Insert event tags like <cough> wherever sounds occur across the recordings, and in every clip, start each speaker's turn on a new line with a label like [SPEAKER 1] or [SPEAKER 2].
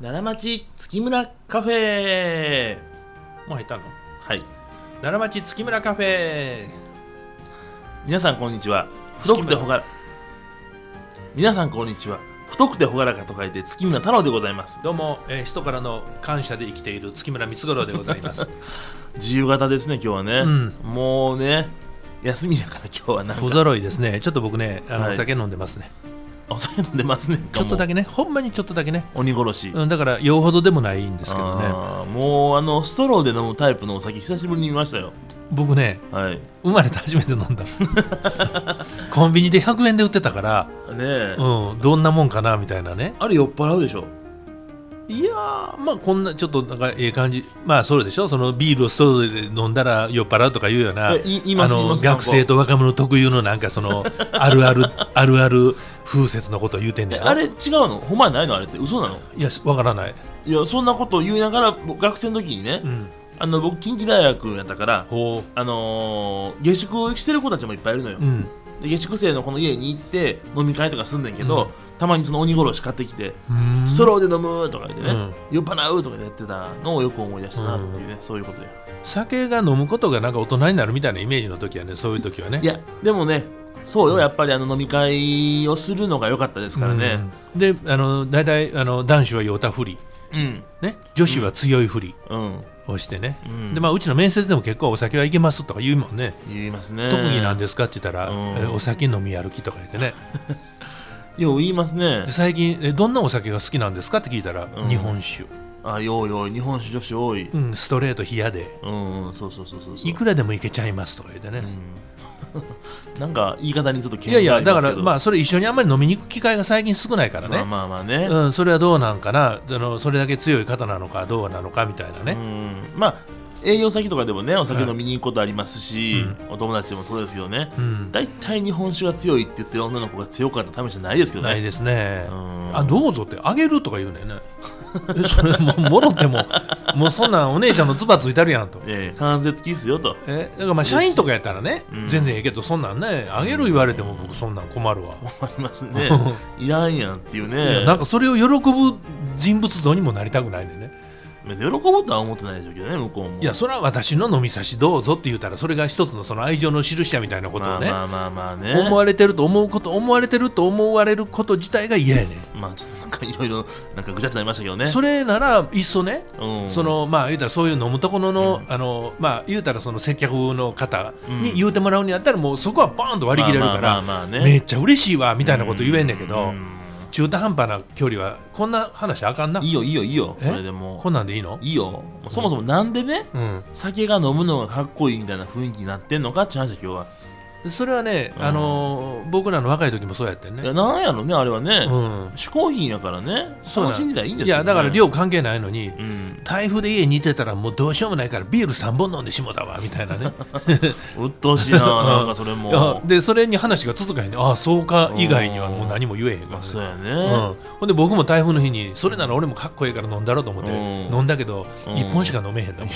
[SPEAKER 1] 奈良町月村カフェ
[SPEAKER 2] もう入ったの
[SPEAKER 1] はい
[SPEAKER 2] 奈良町月村カフェ
[SPEAKER 1] 皆さんこんにちは太くてほがら皆さんこんにちは太くてほがらかと書いて月村太郎でございます
[SPEAKER 2] どうも、えー、人からの感謝で生きている月村光五郎でございます
[SPEAKER 1] 自由形ですね今日はね、
[SPEAKER 2] うん
[SPEAKER 1] もうね休みだから今日はなん
[SPEAKER 2] <laughs> 小
[SPEAKER 1] か
[SPEAKER 2] 揃いですねちょっと僕ねあの、
[SPEAKER 1] はい
[SPEAKER 2] お酒飲んでますね
[SPEAKER 1] お酒飲んでますね <laughs>
[SPEAKER 2] ちょっとだ
[SPEAKER 1] け
[SPEAKER 2] けねほんまにちょっとだけね、
[SPEAKER 1] 鬼殺し、
[SPEAKER 2] うん、だから酔うほどでもないんですけどね
[SPEAKER 1] あーもうあのストローで飲むタイプのお酒久しぶりに見ましたよ
[SPEAKER 2] 僕ね
[SPEAKER 1] はいね
[SPEAKER 2] 生まれて初めて飲んだ <laughs> コンビニで100円で売ってたから、
[SPEAKER 1] え、
[SPEAKER 2] うん、どんなもんかなみたいなね
[SPEAKER 1] あれ酔っ払うでしょ
[SPEAKER 2] いやーまあこんなちょっとなんかええ感じまあそうでしょそのビールをストローで飲んだら酔っ払うとか言うようなあ
[SPEAKER 1] えい言います言い
[SPEAKER 2] の
[SPEAKER 1] ますなん
[SPEAKER 2] 学
[SPEAKER 1] か
[SPEAKER 2] 生と若者特有のなんかそのあるあるあるある風説のことを言うてんね
[SPEAKER 1] え
[SPEAKER 2] やろ
[SPEAKER 1] あれ違うのほんまやないのあれって嘘なの
[SPEAKER 2] いやわからない、
[SPEAKER 1] いやそんなことを言いながら僕学生の時にね、
[SPEAKER 2] うん、
[SPEAKER 1] あの僕近畿大学やったから
[SPEAKER 2] ほ
[SPEAKER 1] あのー下宿をしてる子たちもいっぱいいるのよ、
[SPEAKER 2] う、うん
[SPEAKER 1] で下宿生のこの家に行って飲み会とかすんねんけど、
[SPEAKER 2] うん
[SPEAKER 1] たまにその鬼殺し買ってきて、
[SPEAKER 2] うーん、
[SPEAKER 1] ストローで飲むとか言ってね、
[SPEAKER 2] うん
[SPEAKER 1] 酔っ払うとかでやってたのをよく思い出したなっていうね、そういうことで
[SPEAKER 2] 酒が飲むことがなんか大人になるみたいなイメージの時はねそういう時はね
[SPEAKER 1] いやでもねそうよやっぱりあの飲み会をするのが良かったですからね
[SPEAKER 2] うんであの大体あの男子は酔ったふり、
[SPEAKER 1] うん
[SPEAKER 2] ね、女子は強いふり
[SPEAKER 1] うん、うん
[SPEAKER 2] をしてね、でまあ、うちの面接でも結構お酒はいけますとか言うもんね、
[SPEAKER 1] 言いますね
[SPEAKER 2] 特技なんですかって言ったら、
[SPEAKER 1] うん
[SPEAKER 2] えーお酒飲み歩きとか言ってね
[SPEAKER 1] よう言いますね
[SPEAKER 2] で最近、えーどんなお酒が好きなんですかって聞いたら、
[SPEAKER 1] うん
[SPEAKER 2] 日本酒、
[SPEAKER 1] あようよう日本酒女子多い
[SPEAKER 2] うん、ストレート冷やで
[SPEAKER 1] うん、うん、そうそうそうそうそう
[SPEAKER 2] いくらでもいけちゃいますとか言ってね、
[SPEAKER 1] うんなんか言い方にちょっと
[SPEAKER 2] いやい
[SPEAKER 1] 嫌
[SPEAKER 2] やだからま
[SPEAKER 1] あ
[SPEAKER 2] あそれ一緒にあんまり飲みに行く機会が最近少ないからね、
[SPEAKER 1] まあまあまあね、
[SPEAKER 2] うん、それはどうなんかなあのそれだけ強い方なのかどうなのかみたいな
[SPEAKER 1] う
[SPEAKER 2] ね、
[SPEAKER 1] んまあ営業先とかでもねお酒飲みに行くことありますし、お友達でもそうですけどね
[SPEAKER 2] うん
[SPEAKER 1] 大体日本酒が強いって言ってる女の子が強かったためじゃないですけどね
[SPEAKER 2] ないですね、
[SPEAKER 1] うん
[SPEAKER 2] あどうぞってあげるとか言うねんねえそれもうもろてももうそんなんお姉ちゃんのつばついたるやんと
[SPEAKER 1] ええ関節キスよと
[SPEAKER 2] えだからまあ社員とかやったらね、
[SPEAKER 1] うん
[SPEAKER 2] 全然ええけどそんなんねあげる言われても僕そんなん困るわ、
[SPEAKER 1] ありますねいらんやんっていう
[SPEAKER 2] い
[SPEAKER 1] ね
[SPEAKER 2] やなんかそれを喜ぶ人物像にもなりたくないねんね
[SPEAKER 1] 喜ぶとは思ってないでしょうけどね向こうも
[SPEAKER 2] いやそれは私の飲み差しどうぞって言うたらそれが一つのその愛情の印やみたいなこと
[SPEAKER 1] ま
[SPEAKER 2] を
[SPEAKER 1] あ
[SPEAKER 2] ね,、
[SPEAKER 1] まあまあまあね
[SPEAKER 2] 思われてると思うこと思われてると思われること自体が嫌やねん、
[SPEAKER 1] まあちょっとなんかいろいろなんかぐちゃっとなりましたけどね
[SPEAKER 2] それならいっそね
[SPEAKER 1] うん
[SPEAKER 2] そのまあ言うたらそういう飲むところの,、
[SPEAKER 1] う
[SPEAKER 2] あのまあ言うたらその接客の方
[SPEAKER 1] う
[SPEAKER 2] に
[SPEAKER 1] ん
[SPEAKER 2] 言うてもらうにあったらもうそこはバーンと割り切れるから、
[SPEAKER 1] まあまあまあまあね
[SPEAKER 2] めっちゃ嬉しいわみたいなこと言えんねんけ
[SPEAKER 1] う
[SPEAKER 2] ど、
[SPEAKER 1] ん
[SPEAKER 2] 中途半端な距離はこんな話あかんない
[SPEAKER 1] いよいいよいいよ
[SPEAKER 2] え
[SPEAKER 1] それでも
[SPEAKER 2] こんなんでいいの
[SPEAKER 1] ういいよもうそもそもなんでね
[SPEAKER 2] うん
[SPEAKER 1] 酒が飲むのがかっこいいみたいな雰囲気になってんのかって話だ今日は、
[SPEAKER 2] それはね、
[SPEAKER 1] うん
[SPEAKER 2] あのー僕らの若い時もそうやってん
[SPEAKER 1] いや
[SPEAKER 2] ね
[SPEAKER 1] なんやろねあれはね、
[SPEAKER 2] うん
[SPEAKER 1] 嗜好品やからね
[SPEAKER 2] そうなん
[SPEAKER 1] 楽しんでりゃいいんです
[SPEAKER 2] い
[SPEAKER 1] よ、ね、
[SPEAKER 2] やだから量関係ないのに
[SPEAKER 1] うん
[SPEAKER 2] 台風で家にいてたらもうどうしようもないからビール3本飲んでしもたわみたい
[SPEAKER 1] <laughs>
[SPEAKER 2] なね
[SPEAKER 1] うっとうし
[SPEAKER 2] <laughs>
[SPEAKER 1] いななんかそれ
[SPEAKER 2] いや
[SPEAKER 1] も
[SPEAKER 2] でそれに話が続かへんねああそうか以外にはもう何も言えへんからね、
[SPEAKER 1] まあそうやね、
[SPEAKER 2] うん、ほんで僕も台風の日にそれなら俺もかっこいいから飲んだろうと思って、
[SPEAKER 1] うん
[SPEAKER 2] 飲んだけど、
[SPEAKER 1] うん
[SPEAKER 2] 一1本しか飲めへんだもんな、
[SPEAKER 1] か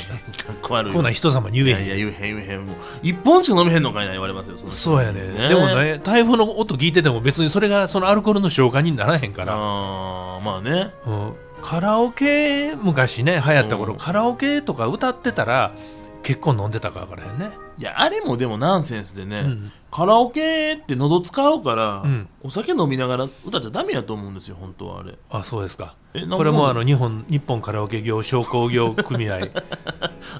[SPEAKER 1] っこ悪い
[SPEAKER 2] こんなん人様に
[SPEAKER 1] い
[SPEAKER 2] 言え
[SPEAKER 1] や
[SPEAKER 2] へん
[SPEAKER 1] いや言えへん言えへんもう一本しか飲めへんのかいな言われますよその人
[SPEAKER 2] そうやねでもね台風の音聞いてても別にそれがそのアルコールの消化にならへんから、
[SPEAKER 1] あーまあね
[SPEAKER 2] うん、カラオケ昔ね流行った頃、
[SPEAKER 1] うん
[SPEAKER 2] カラオケとか歌ってたら結構飲んでたかわからへんね、
[SPEAKER 1] いやあれもでもナンセンスでね、
[SPEAKER 2] うん
[SPEAKER 1] カラオケって喉使うから、
[SPEAKER 2] うん
[SPEAKER 1] お酒飲みながら歌っちゃダメやと思うんですよ本当はあれ
[SPEAKER 2] あそうですか
[SPEAKER 1] えなんか
[SPEAKER 2] これもあの日本日本カラオケ業商
[SPEAKER 1] <laughs>
[SPEAKER 2] 工業組合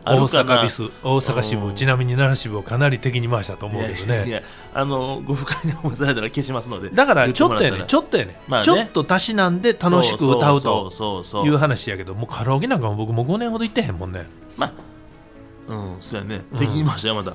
[SPEAKER 1] あ
[SPEAKER 2] 大
[SPEAKER 1] るかな
[SPEAKER 2] 阪ビス大阪支部ちなみに奈良支部をかなり敵に回したと思うけど
[SPEAKER 1] いや
[SPEAKER 2] ね
[SPEAKER 1] いやあのご不快に思わされたら消しますので
[SPEAKER 2] だからちょっとや
[SPEAKER 1] 言ても
[SPEAKER 2] ね
[SPEAKER 1] ら
[SPEAKER 2] ちょっとやね,、
[SPEAKER 1] まあね
[SPEAKER 2] ちょっとたしなんで
[SPEAKER 1] たら
[SPEAKER 2] 楽しく歌う
[SPEAKER 1] そ
[SPEAKER 2] と
[SPEAKER 1] そうそう
[SPEAKER 2] い
[SPEAKER 1] そうう
[SPEAKER 2] 話やけどもうカラオケなんかも僕もう5年ほど行ってへんもんね
[SPEAKER 1] まあうんそうやね
[SPEAKER 2] うん
[SPEAKER 1] 敵に回したよまた、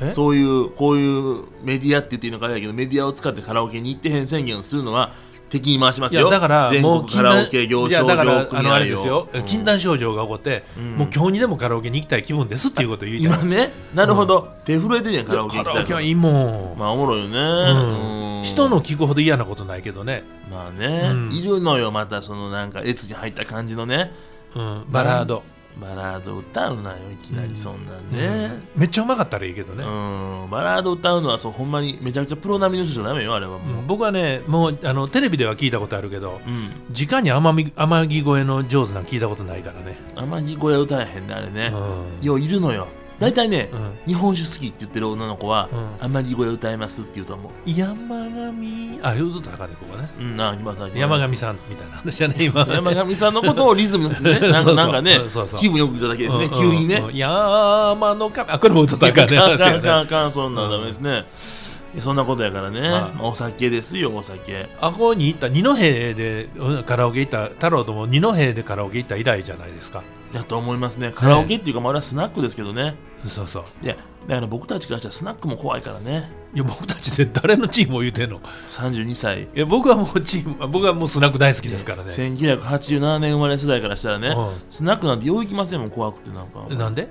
[SPEAKER 2] え
[SPEAKER 1] そういうこういうメディアって言っていいのかあれやけどメディアを使ってカラオケに行ってへん宣言をするのは敵に回しま
[SPEAKER 2] い
[SPEAKER 1] すよ
[SPEAKER 2] やだから
[SPEAKER 1] 全
[SPEAKER 2] もう
[SPEAKER 1] 国カラオケ業
[SPEAKER 2] いや
[SPEAKER 1] 商
[SPEAKER 2] だから
[SPEAKER 1] 業
[SPEAKER 2] あ
[SPEAKER 1] 組合
[SPEAKER 2] の
[SPEAKER 1] を
[SPEAKER 2] あれですよ、
[SPEAKER 1] うん
[SPEAKER 2] 禁断症状が起こって、
[SPEAKER 1] うん
[SPEAKER 2] もう今日にでもカラオケに行きたい気分ですっていうことを言いたい
[SPEAKER 1] 今ねなるほど、手震えてるやんカラオケ行
[SPEAKER 2] カ
[SPEAKER 1] きたい
[SPEAKER 2] ラオケ
[SPEAKER 1] から
[SPEAKER 2] はいいもん、
[SPEAKER 1] まあおもろいよね、
[SPEAKER 2] うん
[SPEAKER 1] うん
[SPEAKER 2] 人の聞くほど嫌なことないけどね、
[SPEAKER 1] まあね、
[SPEAKER 2] うん
[SPEAKER 1] いるのよまたそのなんか越に入った感じのね
[SPEAKER 2] うん、バラード、
[SPEAKER 1] バラード歌うなよいきなりそんなんね、
[SPEAKER 2] めっちゃうまかったらいいけど
[SPEAKER 1] う
[SPEAKER 2] ね、
[SPEAKER 1] んバラード歌うのはそうほんまにめちゃめちゃプロ並みの人じゃダメよあれは
[SPEAKER 2] う、
[SPEAKER 1] もうん
[SPEAKER 2] 僕はねもうあのテレビでは聞いたことあるけど
[SPEAKER 1] うん
[SPEAKER 2] 直に天み天城越えの上手なん聞いたことないからね
[SPEAKER 1] 天城越え歌えへんねあれね、
[SPEAKER 2] うん
[SPEAKER 1] よういるのよ大体ね、
[SPEAKER 2] うん
[SPEAKER 1] 日本酒好きって言ってる女の子は
[SPEAKER 2] う
[SPEAKER 1] 「
[SPEAKER 2] ん
[SPEAKER 1] 天城越え歌えます」って言うと思う
[SPEAKER 2] 山上あよずっと高ねここね
[SPEAKER 1] うんなあ今さ
[SPEAKER 2] 山上さんみたいな話じゃない今
[SPEAKER 1] 山上さんのことをリズムに乗せ
[SPEAKER 2] <laughs>
[SPEAKER 1] てねなん
[SPEAKER 2] そ
[SPEAKER 1] か
[SPEAKER 2] うそう
[SPEAKER 1] なんかね
[SPEAKER 2] そうそうそう
[SPEAKER 1] 気分よくいただけですね、
[SPEAKER 2] うん
[SPEAKER 1] 急にね、
[SPEAKER 2] うんうん山の神あこれも歌ったらあかんね
[SPEAKER 1] カン
[SPEAKER 2] 話
[SPEAKER 1] カン
[SPEAKER 2] や
[SPEAKER 1] カ <laughs>
[SPEAKER 2] ね
[SPEAKER 1] ンカンそんなんダメですね、いやそんなことやからね、
[SPEAKER 2] はい
[SPEAKER 1] まあお酒ですよお酒
[SPEAKER 2] あここに行った二戸でうんカラオケ行った太郎とも二戸でカラオケ行った以来じゃないですか
[SPEAKER 1] だと思いますねカラオケっていうか、まああれはスナックですけどね
[SPEAKER 2] そうそう
[SPEAKER 1] いやだから僕たちからしたらスナックも怖いからね
[SPEAKER 2] いや僕たちで誰のチームを言うてんの
[SPEAKER 1] 32歳
[SPEAKER 2] いや僕はもうチーム僕はもうスナック大好きですからね
[SPEAKER 1] 1987年生まれ世代からしたらね、
[SPEAKER 2] うん
[SPEAKER 1] スナックなんてよう行きませんもん怖くてなんか
[SPEAKER 2] えなんで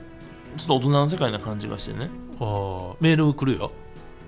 [SPEAKER 1] ちょっと大人の世界な感じがしてね
[SPEAKER 2] あーメール来るよ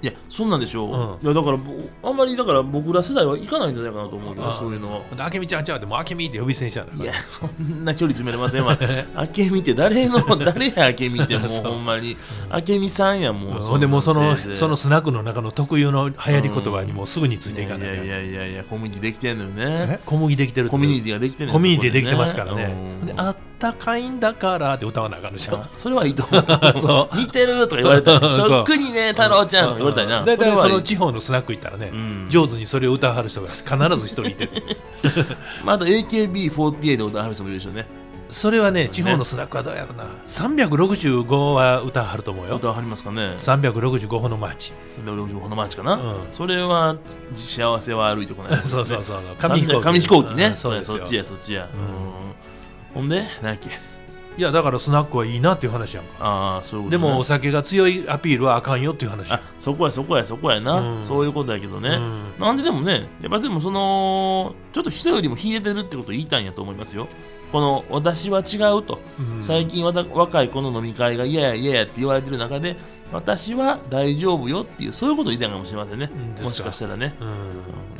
[SPEAKER 1] いやそんなんでしょう、
[SPEAKER 2] うん
[SPEAKER 1] いやだからぼあんまりだから僕ら世代は行かないんじゃないかなと思うけど
[SPEAKER 2] あ
[SPEAKER 1] そういうのは
[SPEAKER 2] で「あけみちゃんちゃう」って「もうあけみ」って呼び捨てにしたんだから
[SPEAKER 1] いやそんな距離詰めれません
[SPEAKER 2] <laughs>
[SPEAKER 1] わあけみって誰の誰やあけみってもう
[SPEAKER 2] そう
[SPEAKER 1] ほんまにあけみさんやもう
[SPEAKER 2] ほんでもうその
[SPEAKER 1] せいぜい
[SPEAKER 2] そのスナックの中の特有の流行り言葉にもうすぐについていかない
[SPEAKER 1] や
[SPEAKER 2] い
[SPEAKER 1] い
[SPEAKER 2] や
[SPEAKER 1] やいやいやコミュニティできてんのよね
[SPEAKER 2] 小麦できてるって
[SPEAKER 1] コミュニティができてんのよ
[SPEAKER 2] コミュニティ
[SPEAKER 1] そこ
[SPEAKER 2] できてますからね
[SPEAKER 1] うん
[SPEAKER 2] であったかいんだからって歌わなあかんのじゃん
[SPEAKER 1] あそれはいいと思う
[SPEAKER 2] <laughs> そ
[SPEAKER 1] 似てるとか言われたり
[SPEAKER 2] <laughs> そう
[SPEAKER 1] そっくりね太郎ちゃんとか言われたりな
[SPEAKER 2] だいたい
[SPEAKER 1] れは
[SPEAKER 2] そ
[SPEAKER 1] いい
[SPEAKER 2] の地方のスナック行ったらね、
[SPEAKER 1] うん
[SPEAKER 2] 上手にそれを歌わはる人が必ず一人
[SPEAKER 1] <laughs>
[SPEAKER 2] いて
[SPEAKER 1] まああと AKB48 のことある人もいるでしょうね
[SPEAKER 2] それはね地方のスナックはどうやろな365は歌わはると思うよ
[SPEAKER 1] 歌わかりますかね
[SPEAKER 2] 365歩の街
[SPEAKER 1] 365歩のマーチかな、
[SPEAKER 2] うん
[SPEAKER 1] それは幸せは歩いてこない、
[SPEAKER 2] <laughs> そうそうそうそう
[SPEAKER 1] 紙飛行機紙飛行機ね、
[SPEAKER 2] うん
[SPEAKER 1] そう
[SPEAKER 2] そう
[SPEAKER 1] やそ
[SPEAKER 2] ですよ
[SPEAKER 1] っちやそっちや、
[SPEAKER 2] う
[SPEAKER 1] うんんほんで何やっけ
[SPEAKER 2] いやだからスナックはいいなっていう話やんか
[SPEAKER 1] ああそういうこ
[SPEAKER 2] で
[SPEAKER 1] と、ね、
[SPEAKER 2] もお酒が強いアピールはあかんよっていう話
[SPEAKER 1] あそこやそこやそこやな、
[SPEAKER 2] うん
[SPEAKER 1] そういうことやけどね、
[SPEAKER 2] うん
[SPEAKER 1] なんででもねやっぱでもそのちょっと人よりも秀でてるってことを言いたいんやと思いますよこの私は違うと、
[SPEAKER 2] うん
[SPEAKER 1] 最近わた若い子の飲み会が嫌や嫌やって言われてる中で私は大丈夫よっていうそういうことを言いたいかもしれませんね
[SPEAKER 2] うんですか
[SPEAKER 1] もしかしたらね、
[SPEAKER 2] うん
[SPEAKER 1] うん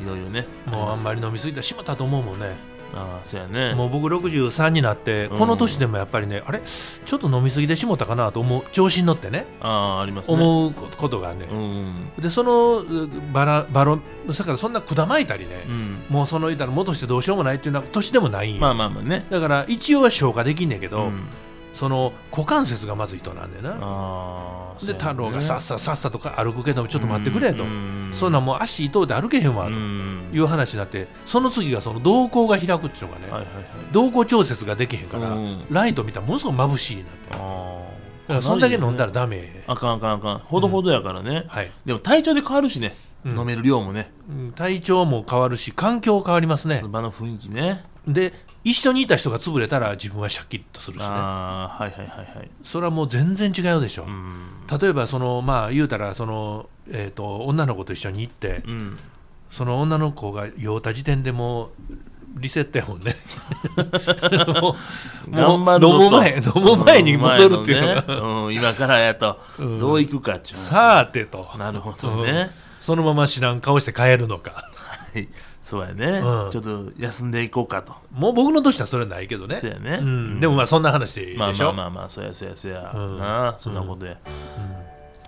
[SPEAKER 1] いろいろね
[SPEAKER 2] もうあんま
[SPEAKER 1] り
[SPEAKER 2] り飲みすぎたらしまったと思うもんね、
[SPEAKER 1] ああそうやね
[SPEAKER 2] <laughs> もう僕63になって、
[SPEAKER 1] うん
[SPEAKER 2] この年でもやっぱりね、あれ、ちょっと飲みすぎてしもたかなと思う、調子に乗ってね、
[SPEAKER 1] ああありますね
[SPEAKER 2] 思うことがね
[SPEAKER 1] う、ん
[SPEAKER 2] でそのうバラバロ、だからそんなくだまいたりね
[SPEAKER 1] う、ん
[SPEAKER 2] もうその言ったら、元してどうしようもないっていうのは年でもないんよ
[SPEAKER 1] まあまあまあね
[SPEAKER 2] だから一応は消化できんねんけど、
[SPEAKER 1] うん
[SPEAKER 2] その股関節がまずい人なんでな、
[SPEAKER 1] ああ
[SPEAKER 2] で太郎がさっ
[SPEAKER 1] ち
[SPEAKER 2] ささっさとか歩くけど、ちょっと待ってくれと、そんなん
[SPEAKER 1] も
[SPEAKER 2] もう足痛うで歩けへんわ
[SPEAKER 1] う
[SPEAKER 2] と
[SPEAKER 1] ん
[SPEAKER 2] いう話になって、その次がその瞳孔が開くっていうのがね。
[SPEAKER 1] はいはいはい
[SPEAKER 2] 瞳孔調節ができへんから、
[SPEAKER 1] うん
[SPEAKER 2] ライト見たらものすごく眩しいなってだか
[SPEAKER 1] あ
[SPEAKER 2] ら
[SPEAKER 1] あ
[SPEAKER 2] そんだけ飲んだら
[SPEAKER 1] ら
[SPEAKER 2] ダメ、
[SPEAKER 1] あかんあかんあかんほどほどやからね
[SPEAKER 2] はい、
[SPEAKER 1] でも体調で変わるしね
[SPEAKER 2] うん
[SPEAKER 1] 飲める量もね
[SPEAKER 2] うん体調も変わるし環境変わりますね
[SPEAKER 1] その場の雰囲気ね
[SPEAKER 2] で一緒にいた人が潰れたら自分はシャッキリとするしね
[SPEAKER 1] ああはいはいはいはい
[SPEAKER 2] それはもう全然違うでしょ、
[SPEAKER 1] うん
[SPEAKER 2] 例えばそのまあ言うたらその、えー、と女の子と一緒に行って
[SPEAKER 1] うん
[SPEAKER 2] その女の子が酔った時点でもうリセットやもんね
[SPEAKER 1] <laughs>
[SPEAKER 2] <laughs> もう
[SPEAKER 1] 頑張るぞと
[SPEAKER 2] もう飲む前飲む前に戻るっていうのが、
[SPEAKER 1] 飲む前のねうん今からやと
[SPEAKER 2] うん
[SPEAKER 1] どういくかっちゅう話
[SPEAKER 2] さあてと
[SPEAKER 1] なるほどね
[SPEAKER 2] そのまま知らん顔して帰るのか。 <laughs>
[SPEAKER 1] はいそうやね
[SPEAKER 2] うん
[SPEAKER 1] ちょっと休んでいこうかと
[SPEAKER 2] もう僕の年はそれはないけどね。
[SPEAKER 1] そうやね
[SPEAKER 2] ん、でもまあそんな話でいい
[SPEAKER 1] まあ
[SPEAKER 2] でし
[SPEAKER 1] ま
[SPEAKER 2] ょ、
[SPEAKER 1] あまあまあ、そやそやそや。
[SPEAKER 2] うん
[SPEAKER 1] なあ、そんなことで。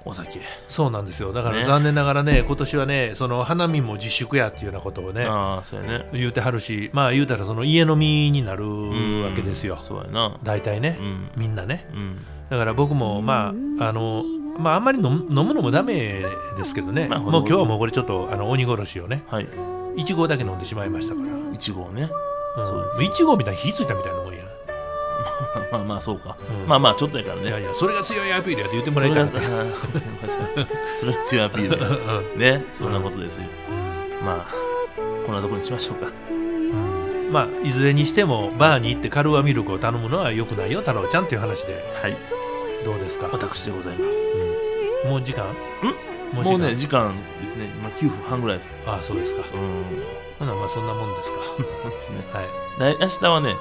[SPEAKER 1] お酒。
[SPEAKER 2] そうなんですよ。だから
[SPEAKER 1] ね
[SPEAKER 2] 残念ながらね、今年はね、その花見も自粛やっていうようなことをね、
[SPEAKER 1] ああ、そうやね。
[SPEAKER 2] 言うてはるし、まあ言うたらその家飲みになる
[SPEAKER 1] うん
[SPEAKER 2] わけですよ。
[SPEAKER 1] そうやな。
[SPEAKER 2] 大体ね
[SPEAKER 1] う、ん。
[SPEAKER 2] みんなね。
[SPEAKER 1] うん。
[SPEAKER 2] だから僕もまあ、あの、まああんまり飲む飲むのもダメですけどね、
[SPEAKER 1] まあ
[SPEAKER 2] もう今日はもうこれちょっとあの鬼殺しをね、
[SPEAKER 1] はい。
[SPEAKER 2] 1合だけ飲んでしまいましたから。うん
[SPEAKER 1] いちごをね。 <laughs> そうです
[SPEAKER 2] 1合みたいに火ついたみたいなもんや。
[SPEAKER 1] まあまあ、そうか
[SPEAKER 2] う。ん
[SPEAKER 1] まあまあ、ちょっとやから
[SPEAKER 2] いや
[SPEAKER 1] ね。
[SPEAKER 2] いや、それが強いアピールやって言っても
[SPEAKER 1] そ
[SPEAKER 2] らい
[SPEAKER 1] れ
[SPEAKER 2] た
[SPEAKER 1] が、
[SPEAKER 2] か
[SPEAKER 1] あ
[SPEAKER 2] った。
[SPEAKER 1] ー <laughs> それが強いアピール
[SPEAKER 2] うん
[SPEAKER 1] だね。そんなことですよ。まあ、こんなとこにしましょうか。
[SPEAKER 2] うんまあいずれにしてもバーに行ってカルアミルクを頼むのは良くないよ太郎ちゃんっていう話で
[SPEAKER 1] はい。
[SPEAKER 2] どうですか、
[SPEAKER 1] 私でございます。
[SPEAKER 2] うんもう時間もう時
[SPEAKER 1] も
[SPEAKER 2] 間
[SPEAKER 1] うね、時間ですね。今、9分半ぐらいです。
[SPEAKER 2] ああそうですか
[SPEAKER 1] うん。
[SPEAKER 2] ほなまあそんなもんですか
[SPEAKER 1] そうですね。
[SPEAKER 2] はい
[SPEAKER 1] 来明日はね、
[SPEAKER 2] はい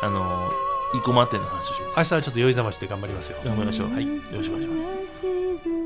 [SPEAKER 1] あのー、生駒店の話をします。
[SPEAKER 2] 明日はちょっと酔い覚まして頑張りますよ
[SPEAKER 1] 頑張りましょう。
[SPEAKER 3] は
[SPEAKER 1] はいい。よろしくお願いします。
[SPEAKER 3] します。